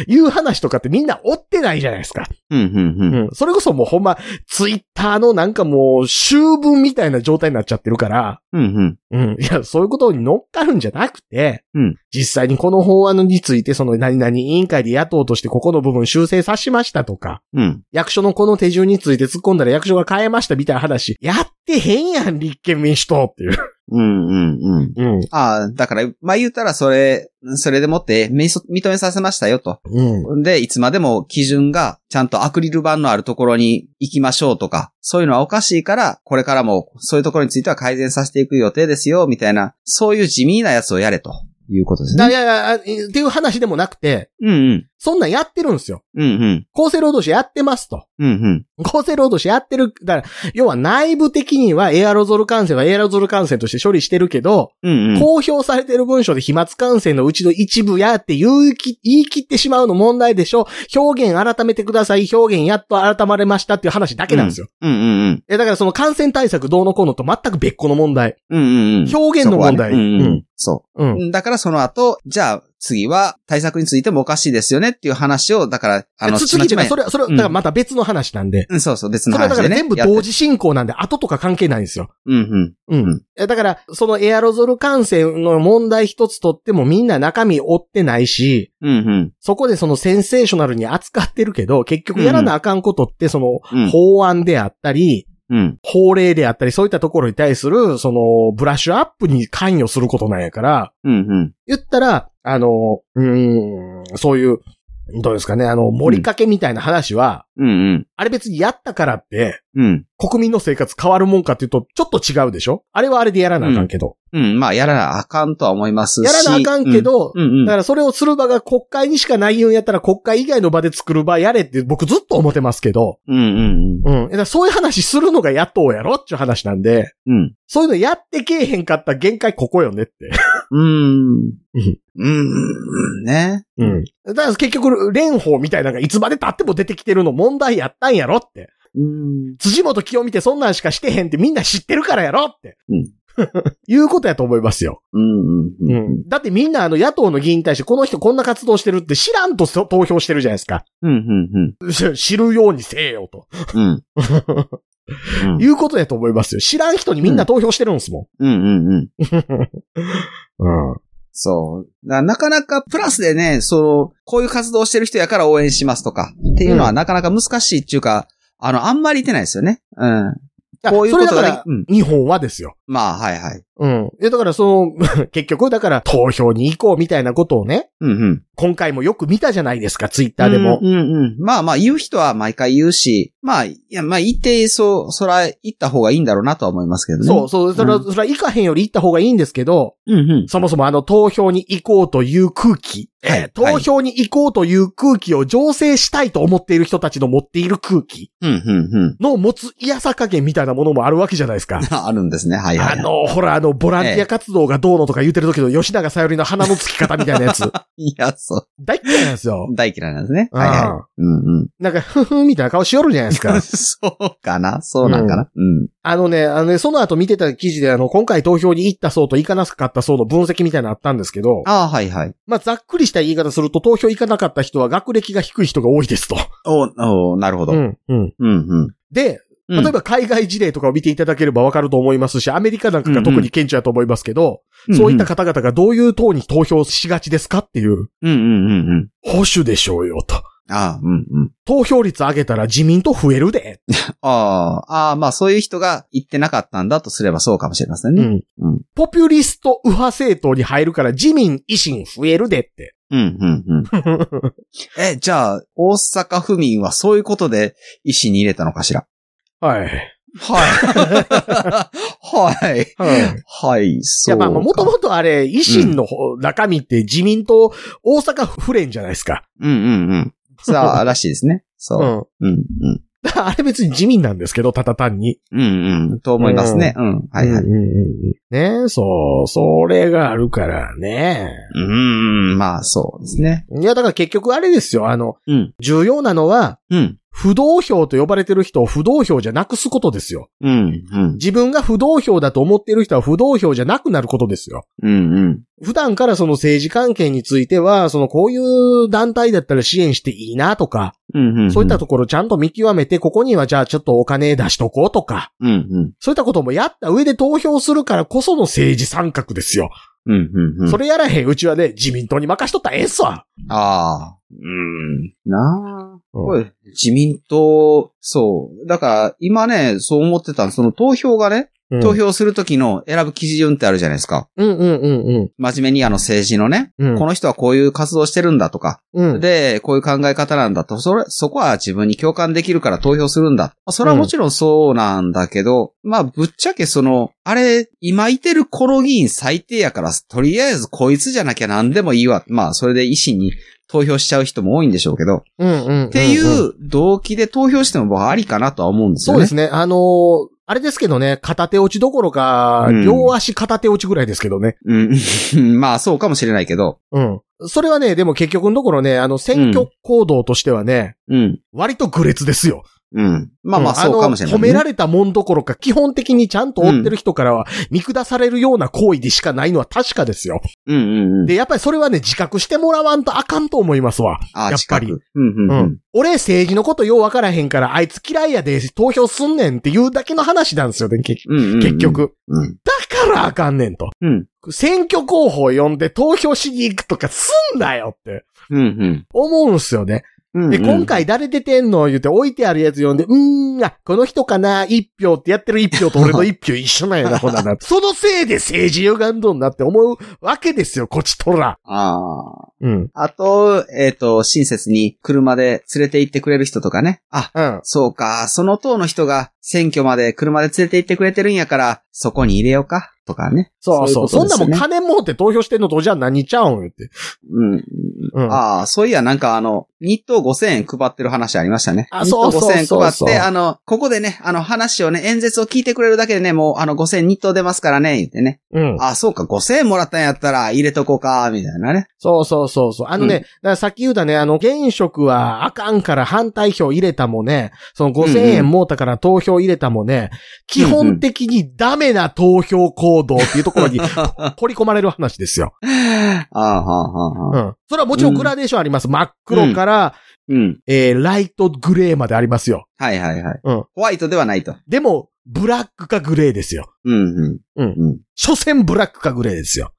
S2: いう話とかってみんな追ってないじゃないですか。
S3: うんうんうん。
S2: うんそれこそもうほんま、ツイッターのなんかもう、終文みたいな状態になっちゃってるから、
S3: うんうん。
S2: うん。いや、そういうことに乗っかるんじゃなくて、
S3: うん
S2: 実際にこの法案について、その何々委員会で野党としてここの部分修正さしましたとか、
S3: うん。
S2: 役所のこの手順について突っ込んだら役所が変えましたみたいな話、やってへんやん、立憲民主党っていう。
S3: うん、うん、うん。
S2: うん。
S3: ああ、だから、まあ言うたら、それ、それでもって、めそ認めさせましたよと。
S2: うん。
S3: で、いつまでも基準が、ちゃんとアクリル板のあるところに行きましょうとか、そういうのはおかしいから、これからも、そういうところについては改善させていく予定ですよ、みたいな、そういう地味なやつをやれと。いうことです
S2: だい
S3: ね。
S2: やいや、あっていう話でもなくて、
S3: うんうん。
S2: そんなんやってるんですよ。
S3: うんうん。
S2: 厚生労働省やってますと。
S3: うんうん。
S2: 厚生労働省やってる。だから、要は内部的にはエアロゾル感染はエアロゾル感染として処理してるけど、
S3: うんうん。
S2: 公表されてる文書で飛沫感染のうちの一部やって言いき言い切ってしまうの問題でしょ。表現改めてください。表現やっと改まれましたっていう話だけなんですよ。
S3: うんうんうん。
S2: え、だからその感染対策どうのこうのと全く別個の問題。
S3: うんうんうん。
S2: 表現の問題。
S3: そこはねうんうん。そう。
S2: うん。うん。
S3: だからその後、じゃあ次は対策についてもおかしいですよねっていう話を、だから、あの、
S2: つ次っていう
S3: ちま
S2: か
S3: ち
S2: そ
S3: ま
S2: れは、それは、だからまた別の話なんで。
S3: うん、そうそう、別
S2: そ
S3: の
S2: れは
S3: 話
S2: だか
S3: で
S2: ら
S3: ね。
S2: 全部
S3: やって
S2: 同時進行なんで、後とか関係ないんですよ。
S3: うんうん。
S2: う
S3: うんん。
S2: えだから、そのエアロゾル感染の問題一つとってもみんな中身追ってないし、
S3: うん
S2: そこでそのセンセーショナルに扱ってるけど、結局やらなあかんことって、その、
S3: うん。うん。
S2: 法案であったり、
S3: うん。
S2: 法令であったり、そういったところに対する、その、ブラッシュアップに関与することなんやから、
S3: うんうん。
S2: 言ったら、あの、うーん、そういう、どうですかね、あの、盛りかけみたいな話は、
S3: うんうん。
S2: あれ別にやったからって、
S3: うん。
S2: 国民の生活変わるもんかっていうと、ちょっと違うでしょあれはあれでやらなあかんけど。
S3: うん。まあ、やらなあかんとは思いますし。
S2: やらなあかんけど、
S3: うん。うんう
S2: だか
S3: ん。
S2: らそれをする場が国会にしかないようやったら国会以外の場で作る場やれって僕ずっと思ってますけど、
S3: うんうん
S2: うん。だからそういう話するのが野党やろっていう話なんで、
S3: うん。
S2: そういうのやってけえへんかった限界ここよねって。
S3: うん。うん。ね。
S2: うん。だから結局、蓮舫みたいなのがいつまで経っても出てきてるの問題やったんやろって。
S3: うん。
S2: 辻元清見てそんなんしかしてへんってみんな知ってるからやろって。
S3: うん。
S2: いうことやと思いますよ。
S3: うん。うん。
S2: ん。だってみんなあの野党の議員に対してこの人こんな活動してるって知らんとそ投票してるじゃないですか。
S3: うん。うん。
S2: し知るようにせえよと。
S3: うん。うん。
S2: いうことやと思いますよ。知らん人にみんな投票してるんですも
S3: うん。うん。うん。
S2: ん。うん。
S3: そう。ななかなかプラスでね、その、こういう活動してる人やから応援しますとか、っていうの
S2: う
S3: は
S2: ん
S3: なかなか難しいっていうか、あの、あんまりいてないですよね。うん。こういう
S2: そ
S3: こ
S2: れ
S3: と
S2: だ
S3: が
S2: か
S3: ね
S2: ら、
S3: うん。
S2: 日本はですよ。
S3: まあ、はいはい。
S2: うん。え、だからその、 結局、だから投票に行こうみたいなことをね、
S3: うんうん。
S2: 今回もよく見たじゃないですか、ツイッターでも
S3: う。んうんうん。まあまあ、言う人は毎回言うし、まあ、いや、まあ、言って、そう、そら、言った方がいいんだろうなとは思いますけどね。
S2: そうそう、それは、
S3: う
S2: それは行かへんより行った方がいいんですけど、
S3: う。うんうん。
S2: そもそもあの投票に行こうという空気、
S3: はい
S2: えー投票に行こうという空気を醸成したいと思っている人たちの持っている空気
S3: うんうんうん。。
S2: の持つ癒さ加減みたいなものもあるわけじゃないですか
S3: あるんですね。はいは
S2: あ
S3: い、はい。
S2: の、ほら、あの、ボランティア活動がどうのとか言ってる時の吉永さよりの鼻のつき方みたいなや つ、
S3: いや、そ
S2: 大っ嫌いなんですよ
S3: う。。大嫌いなんですね。
S2: うん
S3: はいはい。うんうん。
S2: なんか、ふふんみたいな顔しよるじゃないです か。
S3: そうかなそうなんかな、うん、
S2: あのね、あのね、その後見てた記事で、あの、今回投票に行った層と行かなかった層の分析みたいなのあったんですけど、
S3: ああ、はいはい。
S2: まあ、ざっくりした言い方すると、投票行かなかった人は学歴が低い人が多いですと。
S3: おおなるほど。うん、
S2: ん、うん。
S3: うん、
S2: で、
S3: うん。
S2: 例えば海外事例とかを見ていただければわかると思いますし、アメリカなんかが特に顕著だと思いますけど、
S3: うん、
S2: そういった方々がどういう党に投票しがちですかってい
S3: う
S2: う、
S3: ん、うん、うん、うん。
S2: 保守でしょうよと。
S3: ああ、うん、うん。
S2: 投票率上げたら自民党増えるで。
S3: ああ、ああ、まあそういう人が言ってなかったんだとすればそうかもしれません
S2: う
S3: ね。
S2: ん
S3: うん。
S2: ポピュリスト右派政党に入るから自民維新増えるでって。
S3: うん、うん、うん。 え、じゃあ、大阪府民はそういうことで医師に入れたのかしら
S2: はい。
S3: はい。はい。
S2: はい。
S3: はい、
S2: い
S3: そう
S2: や、
S3: か。
S2: まあ、もともとあれ、維新の方中身って自民党、大阪府連じゃないですか。
S3: うんうんうん。さあ、らしいですね。そう。
S2: ん。
S3: うん、うん。
S2: だ からあれ別に自民なんですけど、ただ単に。
S3: うん、うん。と思いますね。うん。はい、はい。
S2: うんうんうんうんねそう、それがあるからね。
S3: うん、まあ、そうですね。
S2: いや、だから結局あれですよ、あの、
S3: うん、
S2: 重要なのは、
S3: うん、
S2: 不動票と呼ばれてる人を不動票じゃなくすことですよ。
S3: うん、うん、
S2: 自分が不動票だと思ってる人は不動票じゃなくなることですよ。
S3: うん、うん。
S2: 普段からその政治関係については、そのこういう団体だったら支援していいなとか、
S3: うんうん。
S2: そういったところちゃんと見極めて、ここにはじゃあちょっとお金出しとこうとか、
S3: うんうん。
S2: そういったこともやった上で投票するからこその政治参画ですよ。
S3: うんうんうん。
S2: それやらへんうちはね、自民党に任しとったらええっすわ。
S3: ああ。うん。なあ。
S2: うん
S3: これ、自民党、そう。だから、今ね、そう思ってたのその投票がね、投票するときの選ぶ基準ってあるじゃないですか。
S2: うんうんうん
S3: 真面目にあの政治のね、
S2: うん。
S3: この人はこういう活動してるんだとか、
S2: の、
S3: で、こういう考え方なんだと、それ、そこは自分に共感できるから投票するんだ。それはもちろんそうなんだけど、まあ、ぶっちゃけその、あれ、今いてるコロ議員最低やから、とりあえずこいつじゃなきゃ何でもいいわ。まあ、それで維新に投票しちゃう人も多いんでしょうけど、
S2: うんうん。っ
S3: っていう動機で投票しても僕はありかなとは思うんですよ
S2: そう
S3: ね。
S2: ですね。あのーあれですけどね、片手落ちどころか、
S3: うん
S2: 両足片手落ちぐらいですけどね。
S3: うん。 まあ、そうかもしれないけど。
S2: うん。それはね、でも結局のところね、あの、選挙行動としてはね、
S3: うん。
S2: 割と愚劣ですよ。
S3: うん。まあまあ、
S2: ん
S3: そうかもしれない、
S2: の褒められたもんどころか、基本的にちゃんと追ってる人からは、見下されるような行為でしかないのは確かですよ。
S3: うんうんうん。
S2: で、やっぱりそれはね、自覚してもらわんとあかんと思いますわ。
S3: あ
S2: やっぱり
S3: 近くうんうんうん。
S2: 俺、政治のことようわからへんから、あいつ嫌いやで、投票すんねんっていうだけの話なんですよね、結
S3: うんうんうん
S2: 結。局。
S3: うん。
S2: だからあかんねんと。
S3: うん。
S2: 選挙候補を呼んで投票しに行くとかすんなよって
S3: うんうん。
S2: 思うんすよね。
S3: うん
S2: で、今、回誰出てんの言うて置いてあるやつ呼んで、うーん、あ、この人かな一票ってやってる一票と俺の一票一緒なんや な、ほんなら。そのせいで政治歪んどんなって思うわけですよ、こっちとら。
S3: ああ。
S2: うん。
S3: あと、えっ、と、親切に車で連れて行ってくれる人とかね。あ、
S2: うん。
S3: そうか、その党の人が選挙まで車で連れて行ってくれてるんやから、そこに入れようか、とかね。
S2: そうそう。
S3: そう
S2: そ
S3: んいうことです
S2: な
S3: よね
S2: もん金儲って投票してんのとじゃあ何ちゃうん言って。
S3: うん。
S2: うん。
S3: ああ、そういや、なんかあの、日当5000円配ってる話ありましたね。
S2: あそうそう
S3: 日当5000円
S2: そう
S3: 配っ
S2: そう
S3: て、あの、ここでね、あの話をね、演説を聞いてくれるだけでね、もうあの5000日当出ますからね、言ってね。
S2: うん。
S3: あ、そうか、5000円もらったんやったら入れとこうか、みたいなね。
S2: そうそうそうそう。あのね、
S3: うん
S2: だからさっき言うたね、あの、現職はあかんから反対票入れたもね、その5000円もうたから投票入れたもね、基本的にダメな投票行動っていうところ に掘り込まれる話ですよ。
S3: ああ、はあ、はあ、
S2: う
S3: はあ。
S2: ん。それはもちろんグラデーションあります。真っ黒から、
S3: うん。
S2: えー、ライトグレーまでありますよ。
S3: はいはいはい。
S2: うん
S3: ホワイトではないと。
S2: でも、ブラックかグレーですよ。
S3: うん、
S2: う
S3: うんん。うん。
S2: 所詮ブラックかグレーですよ。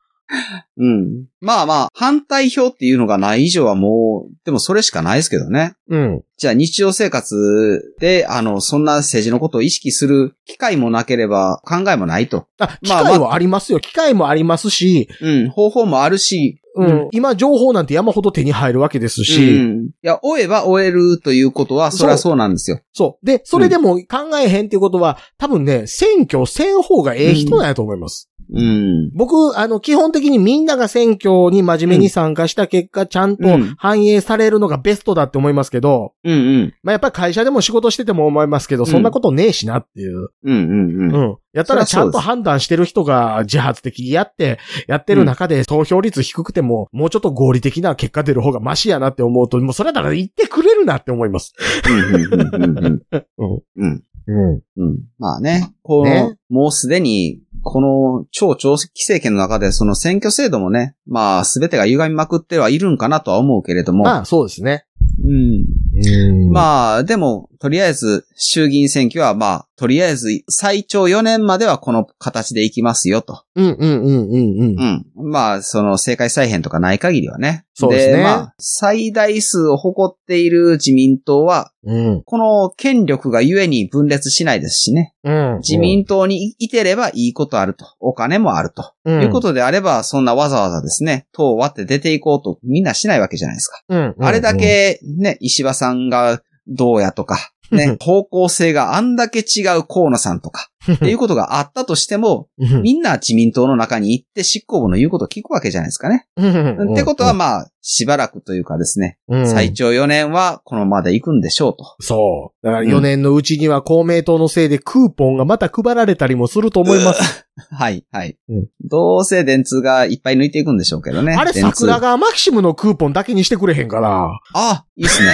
S3: うん。まあまあ、反対票っていうのがない以上はもう、でもそれしかないですけどね。
S2: うん。
S3: じゃあ日常生活で、あの、そんな政治のことを意識する機会もなければ考えもないと。
S2: あ、機
S3: まあ
S2: 会はありますよ。機会もありますし、
S3: うん、方法もあるし、
S2: うん。今、情報なんて山ほど手に入るわけで
S3: う
S2: す
S3: ん
S2: し、
S3: うんいや、追えば追えるということは、それはそうなんですよ。
S2: そう。で、それでも考えへんっていうことは、多分ね、選挙せん方がええ人なんやと思います。
S3: うん。
S2: 僕、あの、基本的にみんなが選挙に真面目に参加した結果、ちゃんと
S3: うん
S2: 反映されるのがベストだって思いますけど、
S3: うんうん。
S2: まあ、やっぱり会社でも仕事してても思いますけど、
S3: ん
S2: そんなことねえしなっていう。
S3: うんうん
S2: う
S3: うん。
S2: ん。やったらち
S3: そりゃ
S2: ゃ
S3: そ
S2: ん
S3: うで
S2: と
S3: す
S2: 判断してる人が自発的にやって、やってる中で投票率低くても、もうちょっと合理的な結果出る方がマシやなって思うと、もうそれなら言ってくれるなって思います。
S3: うんうんうんうんうん。うん。
S2: うん。
S3: うん。まあね、この、
S2: ね
S3: もうすでに、この超長期政権の中で、その選挙制度もね、まあ、すべてが歪みまくってはいるんかなとは思うけれども、
S2: まあ、そうですね。
S3: うん。
S2: うんあ、
S3: まあ、でも、とりあえず、衆議院選挙は、まあ、とりあえず、最長4年まではこの形でいきますよ、と。
S2: うんうんうんうんうん
S3: う。ん。まあ、その、政界再編とかない限りはね。
S2: そうですね
S3: まあ、最大数を誇っている自民党は、
S2: うん。
S3: この権力がゆえに分裂しないですしね。
S2: うん。
S3: 自民党にいてればいいことあると。お金もあると。
S2: と
S3: いうことであれば、そんなわざわざですね、党を割って出ていこうとみんなしないわけじゃないですか。あれだ、けね、石破さんがどうや とか、ね、方向性があんだけ違う河野さんとか、 っていうことがあったとしても、みんな自民党の中に行って執行部の言うことを聞くわけじゃないですかね。ってことはまあ、しばらくというかですね、最
S2: 長。
S3: 長4年はこのままで行くんでしょうと。
S2: そう。だから4年のうちには公明党のせいでクーポンがまた配られたりもすると思います。
S3: はい、はい
S2: うん。
S3: どうせ電通がいっぱい抜いていくんでしょうけどね。
S2: あれ
S3: 電通
S2: 桜川マキシムのクーポンだけにしてくれへんから。
S3: あ、いいっすね。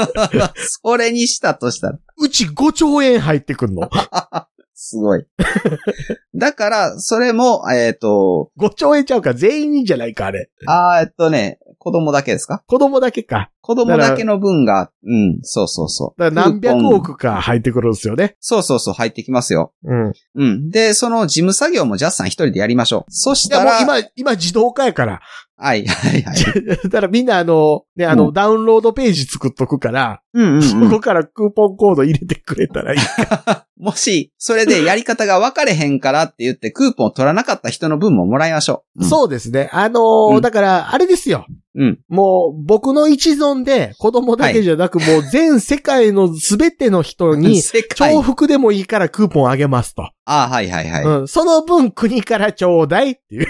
S3: それにしたとしたら。
S2: うち5兆円入ってくんの。
S3: す ごい。だから、それも、えっ、と、
S2: 5兆円ちゃうか、全員にじゃないか、あれ。
S3: あーえっとね、子供だけですか
S2: 子供だけか。
S3: 子供だけの分が、うん、そうそうそう。
S2: だから何
S3: クー
S2: 百
S3: ポン
S2: 億か入ってくるんですよね。
S3: そうそうそう、入ってきますよ。
S2: うん。い
S3: うん。で、その事務作業もジャスさん一人でやりましょう。そした
S2: や、もう
S3: ら、
S2: 今、今自動化やから。
S3: はい、はい、はい。
S2: だからみんなあの、ね、あの、
S3: う
S2: ダウンロードページ作っとくから、
S3: うん、うん、う
S2: そ
S3: ん。
S2: こからクーポンコード入れてくれたらいい。
S3: もし、それでやり方が分かれへんからって言って、クーポンを取らなかった人の分ももらいましょう。
S2: そうですね。あのー
S3: うん
S2: だから、あれですよ。
S3: うん。
S2: もう、僕の一存で、子供だけじゃなく、もう全世界のすべての人
S3: うん。
S2: に、
S3: 世界
S2: 重。複でもいいからクーポンあげますと。
S3: あーはい、はい、はい。
S2: うん。その分、国からちょうだいっていう。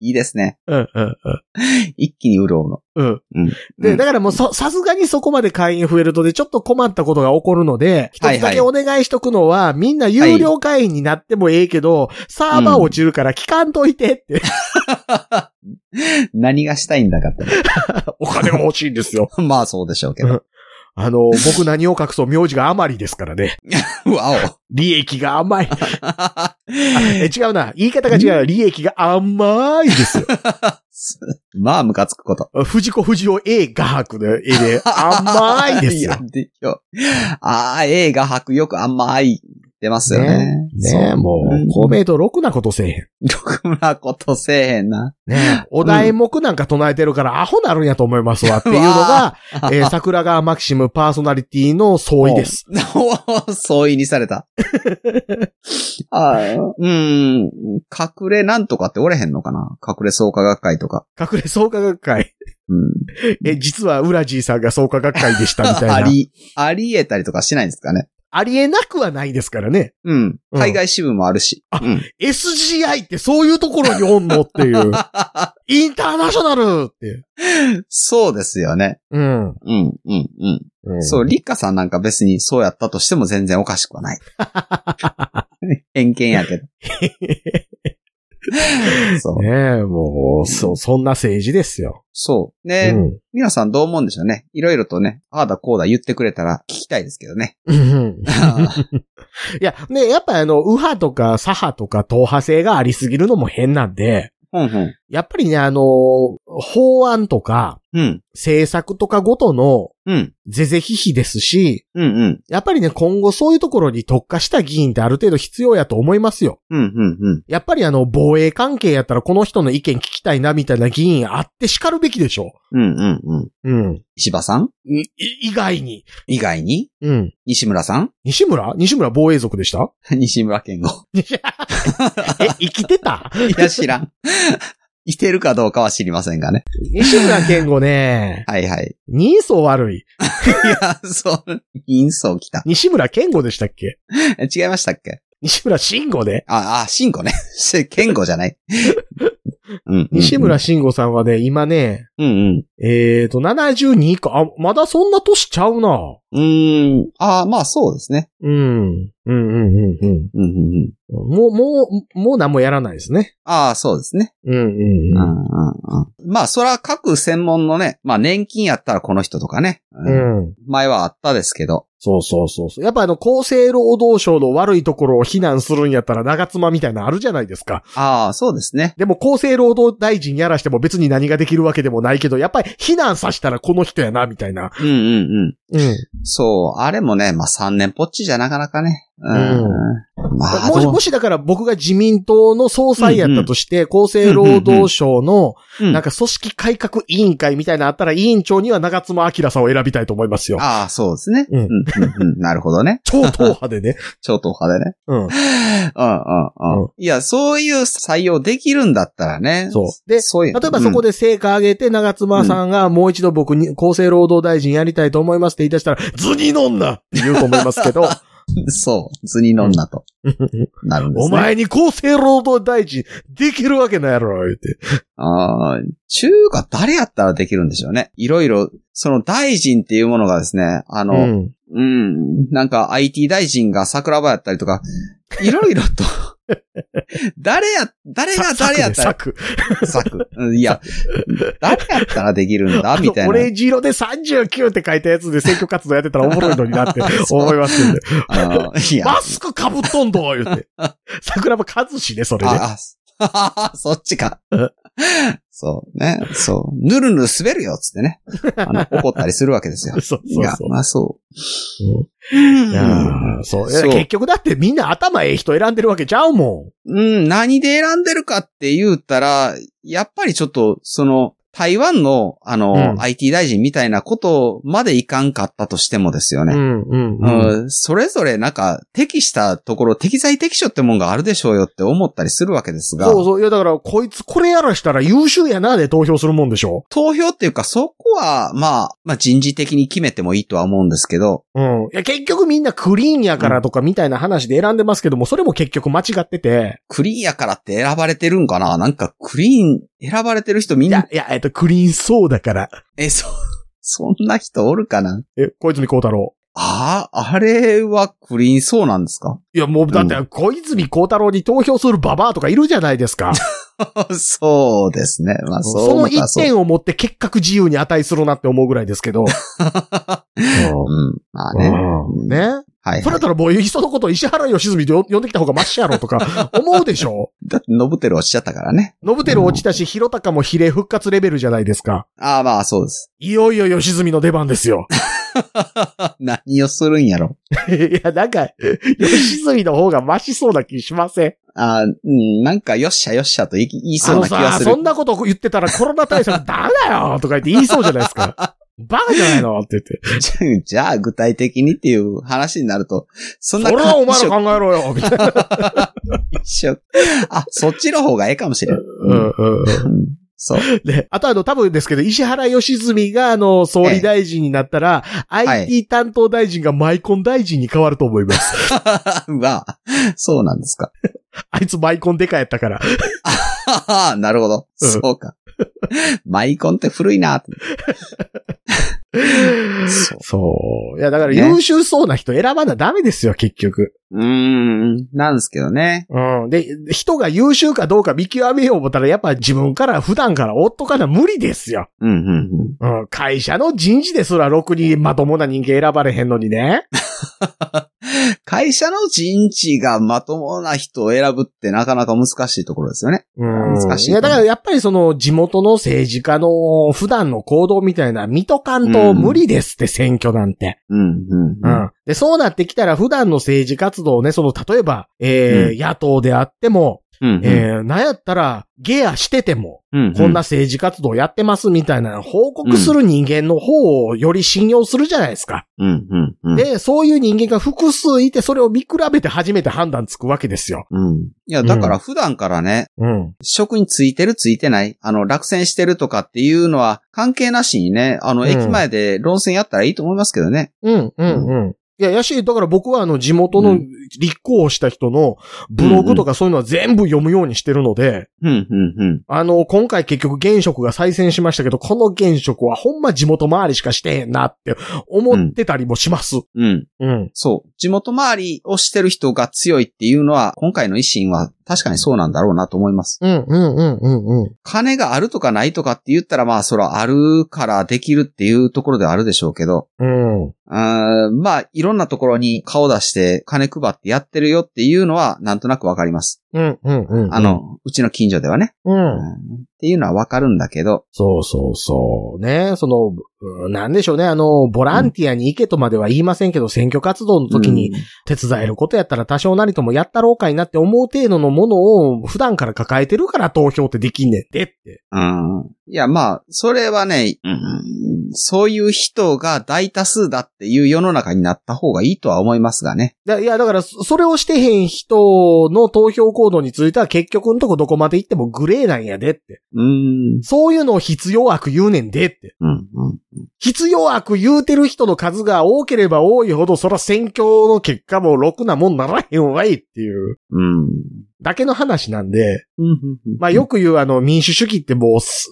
S3: いいですね。
S2: うん、うん、
S3: 一気に潤うの。
S2: うん。うん。
S3: うん。う
S2: で、
S3: ん
S2: だからもうそ、さすがにそこまで会員増えるとで、ちょっと困ったことが起こるので、一
S3: はい
S2: つだけお願いしとくのは、みんな有料会員になってもええけど、サーバー落ちるから聞かんといてって、
S3: 何がしたいんだかって。
S2: お金が欲しいんですよ。
S3: まあそうでしょうけど。
S2: あの、僕何を隠そう、名字が余りですから ね。
S3: わ
S2: 利益が 甘い。
S3: お。
S2: え、違うな。言い方が違う。利益が甘いです よ。
S3: まあムカつくこと。
S2: 藤子不二雄 A 画伯の絵で、甘いです よ
S3: や。。でよああ、映画白よく甘い出ますよね。
S2: ねえ、もう、公明党ろくなことせえへん。
S3: そんなことせえへんな。
S2: ねえ、お題目なんか唱えてるからアホなるんやと思いますわっていうのが、 えー桜川マキシムパーソナリティの相違です。
S3: おお相違にされた。ああうーん。隠れなんとかっておれへんのかな隠れ創価学会とか。
S2: 隠れ創価学会。
S3: うん。
S2: え、実はウラジーさんが創価学会でしたみたいな。
S3: あ
S2: あり
S3: り、あり得たりとかしないんですかね。
S2: えなくはないですからね。
S3: うん。
S2: うん
S3: 海外支部もあるし。うん。
S2: SGI ってそういうところにおんのっていう。 インターナショナルっていう。
S3: そうですよね。
S2: うん。
S3: うん、うん、うん。そう、リッカさんなんか別にそうやったとしても全然おかしくは ない。偏見やけど。そう。
S2: ねえ、もう、そう、そんな政治ですよ。
S3: そう。
S2: う
S3: ね、
S2: ん。
S3: 皆さんどう思うんでしょうね。いろいろとね、ああだこうだ言ってくれたら聞きたいですけど ね。
S2: うん
S3: あ
S2: いや、ね、やっぱあの、右派とか左派とか党派性がありすぎるのも変なんで、
S3: ほんほん。
S2: やっぱりね、あの、法案とか、
S3: うん。
S2: 政策とかごとの
S3: うん。
S2: 是々非々ですし、
S3: うんうん。
S2: やっぱりね、今後そういうところに特化した議員ってある程度必要やと思いますよ。
S3: うんうんうん。
S2: やっぱりあの、防衛関係やったらこの人の意見聞きたいなみたいな議員あって叱るべきでしょ。
S3: うんうんうん。
S2: うん。
S3: 石破さん
S2: い以外に。
S3: 以外に
S2: うん。
S3: 西村さん
S2: 西村西村防衛族でした
S3: 西村健吾。
S2: え、生きてた
S3: いや、知らん。 いてるかどうかは知りませんがね。
S2: 西村健吾ね、
S3: はいはい。
S2: 人相悪い。
S3: いや、そう、 インソー来た。
S2: 西村健吾でしたっけ
S3: え違いましたっけ
S2: 西村慎吾ね。
S3: あ、あ、慎吾ね。 し健吾じゃ ない。うんうん
S2: 西村。慎吾さんはね、今ね、
S3: うんうん。
S2: えーと、72か。あ、まだそんな年ちゃうな。
S3: うーん。ああ、まあそうですね。
S2: うん。うんうんうんうん。
S3: うんうんうん。
S2: もう、もう、もう何もやらないですね。
S3: ああ、そうですね。
S2: うん
S3: う
S2: うん
S3: うん
S2: ん
S3: うん。まあ、そら各専門のね、まあ年金やったらこの人とかね。
S2: う
S3: うん
S2: ん。うん。
S3: 前はあったですけど。
S2: そうそうそうそう。やっぱあの、厚生労働省の悪いところを非難するんやったら長妻みたいなのあるじゃないですか。
S3: ああ、そうですね。
S2: でも厚生労働大臣やらしても別に何ができるわけでもないけど、やっぱり非難させたらこの人やな、みたいな。
S3: うんうんうん。
S2: うん。
S3: そう、あれもね、まあ3年ぽっちじゃなかなかね。うん。まあ、
S2: もし
S3: どう
S2: もしだから僕が自民党の総裁やったとして、厚生労働省の、
S3: うん
S2: なんか組織改革委員会みたいなのあったら、委員長には長妻明さんを選びたいと思いますよ。
S3: ああ、そうですね。
S2: うん
S3: うんうんうんなるほどね。
S2: 超党派 でね。
S3: 超党派でね。
S2: うん。
S3: うんうん
S2: う
S3: うん。いや、そういう採用できるんだったらね。
S2: そうで
S3: そういう。
S2: 例えばそこ
S3: で。
S2: で成果上げて、長妻さんがもう一度僕に厚生労働大臣やりたいと思いますって言い出 したら、図に飲んなって言うと思いますけど、
S3: そう。図に飲んだと。なるんです
S2: お
S3: ね。
S2: 前に厚生労働大臣できるわけないやろ、言って。
S3: ああ、中華誰やったらできるんでしょうね。いろいろ、その大臣っていうものがですね、あ
S2: う
S3: の、
S2: ん。
S3: うん、なんか IT 大臣が桜庭やったりとか、いろいろと、誰や、誰が誰やったら、
S2: 策ね策
S3: 作。うんいや、誰やったらできるんだ
S2: あ
S3: みた
S2: の
S3: い
S2: オレ
S3: な。
S2: ンジ色で39って書いたやつで選挙活動やってたらおもろいのになって
S3: そう
S2: 思いますけど。
S3: あのいや、
S2: マスクかぶっとんど言 うて。桜庭和志ね、それで。
S3: ああ、 そっちか。そうね。そう。ぬるぬる滑るよ、つってね。あ の怒ったりするわけですよ。
S2: そう
S3: い
S2: そう
S3: や、
S2: そう
S3: まあそうう。
S2: ん。いやーそういや
S3: そう
S2: 結局だってみんな頭ええ人選んでるわけちゃうもん。
S3: うん、何で選んでるかって言うたら、やっぱりちょっと、その、台湾の、あの、
S2: うん
S3: IT 大臣みたいなことまでいかんかったとしてもですよね。
S2: ん、うん
S3: うんそれぞれなんか適したところ、適材適所ってもんがあるでしょうよって思ったりするわけですが、
S2: そうそう。いや、だから、こいつこれやらしたら優秀やな、で投票するもんでしょ。
S3: 投票っていうかそこは、まあ、まあ人事的に決めてもいいとは思うんですけど、
S2: うん。いや、結局みんなクリーンやからとかみたいな話で選んでますけども、それも結局間違ってて。
S3: クリーンやからって選ばれてるんかななんかクリーン、選ばれてる人み
S2: い
S3: ん
S2: や
S3: な、、
S2: いや、えっと、クリーンそうだから。
S3: え、そ、そんな人おるかな
S2: え、小泉孝太郎。
S3: ああ、あれはクリーンそうなんですか
S2: いや、もう、だって、小泉孝太郎に投票するババアとかいるじゃないですか。
S3: そうですね。まあ
S2: そ
S3: そうま
S2: の
S3: た
S2: 一
S3: そう
S2: 点を持って結核自由に値するなって思うぐらいです けど。う
S3: うん。まあ
S2: ん
S3: ね。
S2: うんね。
S3: はい、はい。
S2: それだったらもう、いっそのこと石原良純と呼んできた方がマシやろと か、思うでしょ
S3: だって、ノブテル落ちちゃったからね。
S2: ノブテル落ちたし、広高も比例復活レベルじゃないですか。
S3: ああ、まあそうです。
S2: いよいよ良純の出番ですよ。
S3: 何をするんやろ。
S2: いや、なんか、良純の方がマシそうな気しません。
S3: ああ、うん、なんかよっしゃよっしゃと言い言いそうな気が
S2: あの
S3: す
S2: さ
S3: る
S2: そ。んなこと言ってたらコロナ対策ダメだよとか言って言いそうじゃないです か。バカじゃないのって言って。
S3: じゃあ、具体的にっていう話になると、そんな
S2: それはお前ら
S3: 一緒
S2: 考えろよみたいな。
S3: 一緒 あ、そっちの方がええかもしれん。
S2: うんうんうん
S3: うんそう。
S2: で、あとあの、多分ですけど、石原良純が、あの、総理大臣になったら、
S3: え
S2: IT 担当大臣がマイコン大臣に変わると思い ます。
S3: まあ、そうなんですか。
S2: あいつマイコンでかやったから。
S3: ああ、なるほど。
S2: うん
S3: そうか。マイコンって古いな。そう。
S2: そう。いや、だから
S3: ね
S2: 優秀そうな人選ばなダメですよ、結局。
S3: うーん、なんですけどね。
S2: うん。で、人が優秀かどうか見極めよう思ったら、やっぱ自分から、普段から追っとかな無理ですよ。
S3: うん、うん、うん。
S2: うん。会社の人事ですら、ろくにまともな人間選ばれへんのにね。
S3: 会社の人事がまともな人を選ぶってなかなか難しいところですよね。
S2: うん。
S3: 難しい
S2: いや、だからやっぱりその、地元の政治家の普段の行動みたいな、見とかんと無理ですって、選挙なんて。
S3: うん、うん、
S2: う
S3: うん。
S2: ん。で、そうなってきたら、普段の政治活動をね、その、例えば、えー
S3: うん
S2: 野党であっても、
S3: うん、うん
S2: えー、なんやったら、ゲアしてても、
S3: うん。
S2: こんな政治活動やってますみたいな報告する人間の方をより信用するじゃないですか。
S3: うん、うん、うん。
S2: で、そういう人間が複数いて、それを見比べて初めて判断つくわけですよ。
S3: うん。いや、だから普段からね、
S2: うん。
S3: 職についてるついてない、あの、落選してるとかっていうのは関係なしにね、あ
S2: う
S3: の、
S2: ん
S3: 駅前で論戦やったらいいと思いますけどね。
S2: うん、うん、うん。いや、やし、だから僕はあの、地元の
S3: う
S2: 立候補した人のブログとかそういうのは全部読むようにしてるので、
S3: うん、うん、うん。
S2: あの、今回結局現職が再選しましたけど、この現職はほんま地元周りしかしてへんなって思ってたりもします。
S3: うん。
S2: うん
S3: そう。地元周りをしてる人が強いっていうのは、今回の維新は確かにそうなんだろうなと思います。
S2: うん、うん、うん、うん、うん。
S3: 金があるとかないとかって言ったら、まあ、それはあるからできるっていうところではあるでしょうけど、
S2: うん。
S3: うーん、まあ、いろんなところに顔出して金配ってやってるよっていうのは、なんとなくわかります。
S2: うん、うん、うん。
S3: あ、の、うちの近所ではね。
S2: う。
S3: うんんっていうのはわかるんだけど、
S2: そうそうそう。ね、その、うんなんでしょうね、あの、ボランティアに行けとまでは言いませんけど、選挙活動の時に
S3: うん
S2: 手伝えることやったら多少なりともやったろうかいなって思う程度のものを普段から抱えてるから投票ってできんねんでって。
S3: うんいや、まあ、それはね、うんそういう人が大多数だっていう世の中になった方がいいとは思いますがね。
S2: だいや、だから、そそれをしてへん人の投票行動については結局のとこどこまで行ってもグレーなんやでって。
S3: うーん。
S2: そういうのを必要悪言うねんでって。
S3: うん、うん。
S2: 必要悪言うてる人の数が多ければ多いほど、そら選挙の結果もろくなもんならへんわいっていう。
S3: うん。
S2: だけの話なんで、まあ
S3: く
S2: よく言うあの民主主義ってもうす、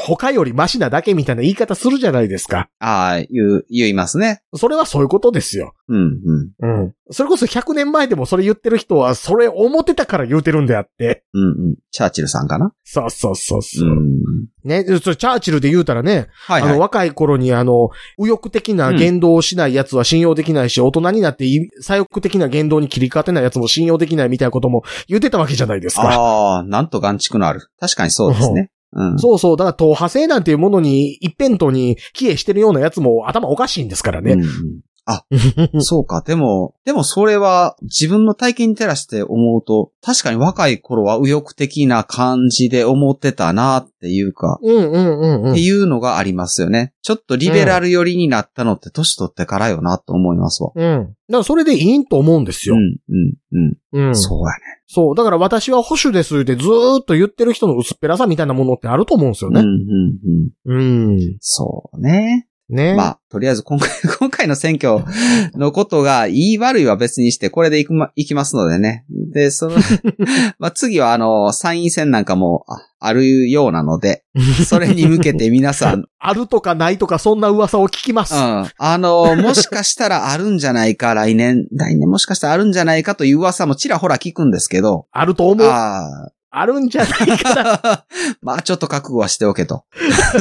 S2: 他よりマシなだけみたいな言い方するじゃないですか。
S3: ああ、言う、言いますね。
S2: それはそういうことですよ。
S3: うん、うん。
S2: うん。それこそ100年前でもそれ言ってる人は、それ思ってたから言うてるんであって。
S3: うん、うん。チャーチルさんかな
S2: そうそうそうそうう。
S3: ん。
S2: ね、それチャーチルで言うたらね、
S3: はい、
S2: あ
S3: は
S2: の、
S3: い。
S2: 若い頃にあの、右翼的な言動をしない奴は信用できないし、大人になってい左翼的な言動に切り替わってない奴も信用できないみたいなことも言ってたわけじゃないですか。
S3: ああ、なんと眼畜のある。確かに そうですね。うん。
S2: そうそう。だから、党派性なんていうものに、一辺倒に帰依してるような奴も頭おかしいんですから
S3: う
S2: ね。
S3: んうんあ、そうか。でも、でもそれは自分の体験に照らして思うと、確かに若い頃は右翼的な感じで思ってたなっていうか、
S2: うんうんうんう
S3: って
S2: ん。
S3: いうのがありますよね。ちょっとリベラル寄りになったのって年取ってからよなと思いますわ。
S2: うん。だから、それでいいんと思うんです
S3: う
S2: よ。
S3: ん、うん、うん。
S2: うん。
S3: そうや
S2: そう。だから私は保守ですってずーっと言ってる人の薄っぺらさみたいなものってあると思うんですよ
S3: ね。うん、
S2: ね。
S3: うん、うん。
S2: うん。
S3: そうね。
S2: ね。
S3: まあ、とりあえず今回、 今回の選挙のことが言い悪いは別にして、これでいくま、いきますのでね。で、 その、まあ次はあの、参院選なんかもああるようなので、それに向けて皆 さん、うん、
S2: あるとかないとかそんな噂を聞きます。
S3: あの、もしかしたらあるんじゃないか、来年、来年もしかしたらあるんじゃないかという噂もちらほら聞くんですけど、
S2: あると思う。あ
S3: あ
S2: るんじゃないかな。
S3: あ、 まあちょっと覚悟はしておけ と。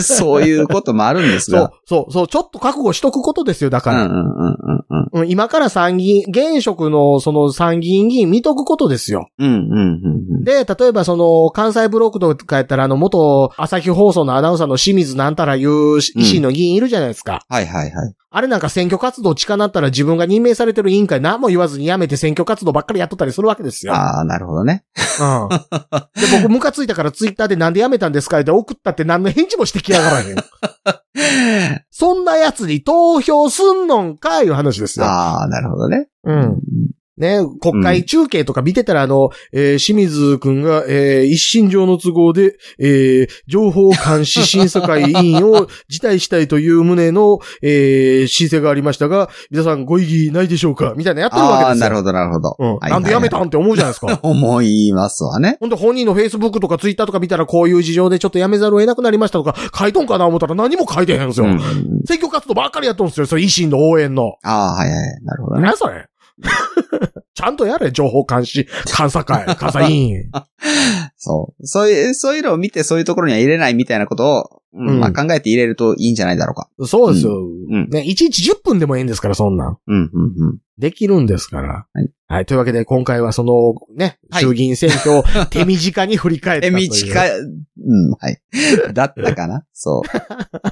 S3: そういうこともあるんです
S2: そう
S3: が。、
S2: そう、そう、ちょっと覚悟しとくことですよ、だ
S3: う
S2: か
S3: んうん
S2: ら。
S3: うんうんうん。
S2: うん今から参議院、現職のその参議院議員見とくことですよ。
S3: うんうんうんうん。
S2: で、例えばその関西ブロックとかやったらあの元朝日放送のアナウンサーの清水なんたらいう維新の議員いるじゃないですか。
S3: はいはいはい。
S2: あれなんか選挙活動近なったら自分が任命されてる委員会何も言わずに辞めて選挙活動ばっかりやっとったりするわけですよ。
S3: ああ、なるほどね。
S2: うん。で、僕ムカついたからツイッターでなんで辞めたんですかって送ったって何の返事もしてきやがらへん。 そんなやつに投票すんのんかいう話ですよ。
S3: ああ、なるほどね。
S2: う。。
S3: うん
S2: ね、国会中継とか見てたら、あの、えー清水くんが、えー一身上の都合で、えー情報監視審査会委員を辞退したいという旨の、えー申請がありましたが、皆さんご異議ないでしょうかみたいなやってるわ
S3: あ
S2: け
S3: あ、
S2: です
S3: な
S2: よ。
S3: るほど、なるほど。
S2: うん。
S3: はい
S2: なんでやめたんって思うじゃないですか。
S3: 思いますわね。
S2: ほんで本人の Facebook とか Twitter とか見たらこういう事情でちょっとやめざるを得なくなりましたとか書いとんかな思ったら何も書いてへんんですよ。
S3: うん
S2: 選挙活動ばっかりやっとんすよ。それ維新の応援の。
S3: ああ、はいはい。なるほどね。
S2: 何やそれ ちゃんとやれ、情報 監視、監査会、監査委員。
S3: そう。そういう、そういうのを見て、そういうところには入れないみたいなことを、うん
S2: うん
S3: まあ考えて入れるといいんじゃないだろうか。
S2: そうですよ。
S3: うん
S2: ね、1日10分でもいいんですから、そんなん。
S3: うん、うん、うん。
S2: できるんですから。
S3: はい。
S2: というわけで、今回はその、ね、
S3: はい
S2: 衆議院選挙を 手短に振り返ったとい
S3: え、
S2: う。
S3: 短い、うん、はい。 だったかなそう。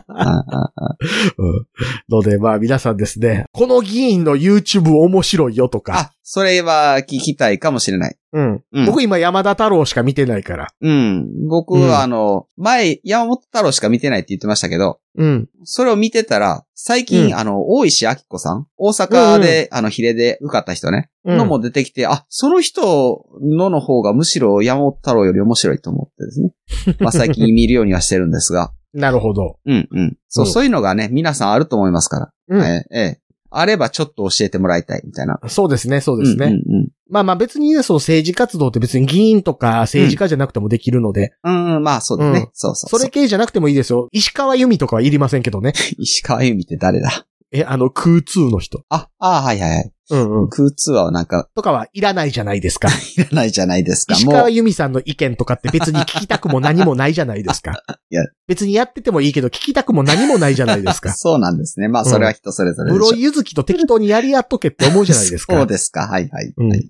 S3: あああ
S2: うんので、まあ皆さんですね、この議員の YouTube 面白いよとか。
S3: あ、それは聞きたいかもしれない。
S2: うん。
S3: うん、
S2: 僕今山田太郎しか見てないから。
S3: うん、僕
S2: うん
S3: はあの、前、山本太郎しか見てないって言ってましたけど、
S2: うん。
S3: それを見てたら、最近、
S2: うん
S3: あの、大石明子さん大阪で、あの、ヒレで受かった人ね。のも出てきて、あ、その人のの方がむしろ山本太郎より面白いと思ってですね。 まあ最近見るようにはしてるんですが。
S2: なるほど。
S3: うんうん。そう、
S2: うん
S3: そういうのがね、皆さんあると思いますから。
S2: うん
S3: ええええ。あればちょっと教えてもらいたい、みたいな。
S2: そうですね、そうですね。
S3: うんうん
S2: まあまあ別にね、その政治活動って別に議員とか政治家じゃなくてもできるので、
S3: うん。うん、まあそうだね。
S2: うん
S3: そうそうそ
S2: そ
S3: う。
S2: れ系じゃなくてもいいですよ。石川由美とかはいりませんけどね。
S3: 石川由美って誰だ
S2: え、あの、空通の人。
S3: あ、あはいはいはい。
S2: うんうん。
S3: 空通話はなんか
S2: とかはいらないじゃないですか。
S3: いらないじゃないですか。
S2: 石
S3: も
S2: 川
S3: う。
S2: 由美さんの意見とかって別に聞きたくも何もないじゃないですか。
S3: いや。
S2: 別にやっててもいいけど聞きたくも何もないじゃないですか
S3: そうなんですね。まあそれは 人それぞれでしょ
S2: 室井ゆずきと適当にやり合っとけって思うじゃないですか。
S3: そうですか。はいはい。
S2: うん
S3: はい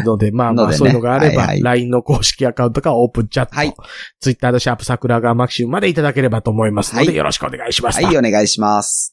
S2: ので、ので、まあま
S3: ので
S2: あ、
S3: ね
S2: そういうのがあれば、
S3: はいはい
S2: LINE の公式アカウントかオープンチャット、
S3: はい
S2: ツイッターのシャープ桜川マキシムまでいただければと思いますので、
S3: はい
S2: よろしくお願いします。
S3: はい、お願いします。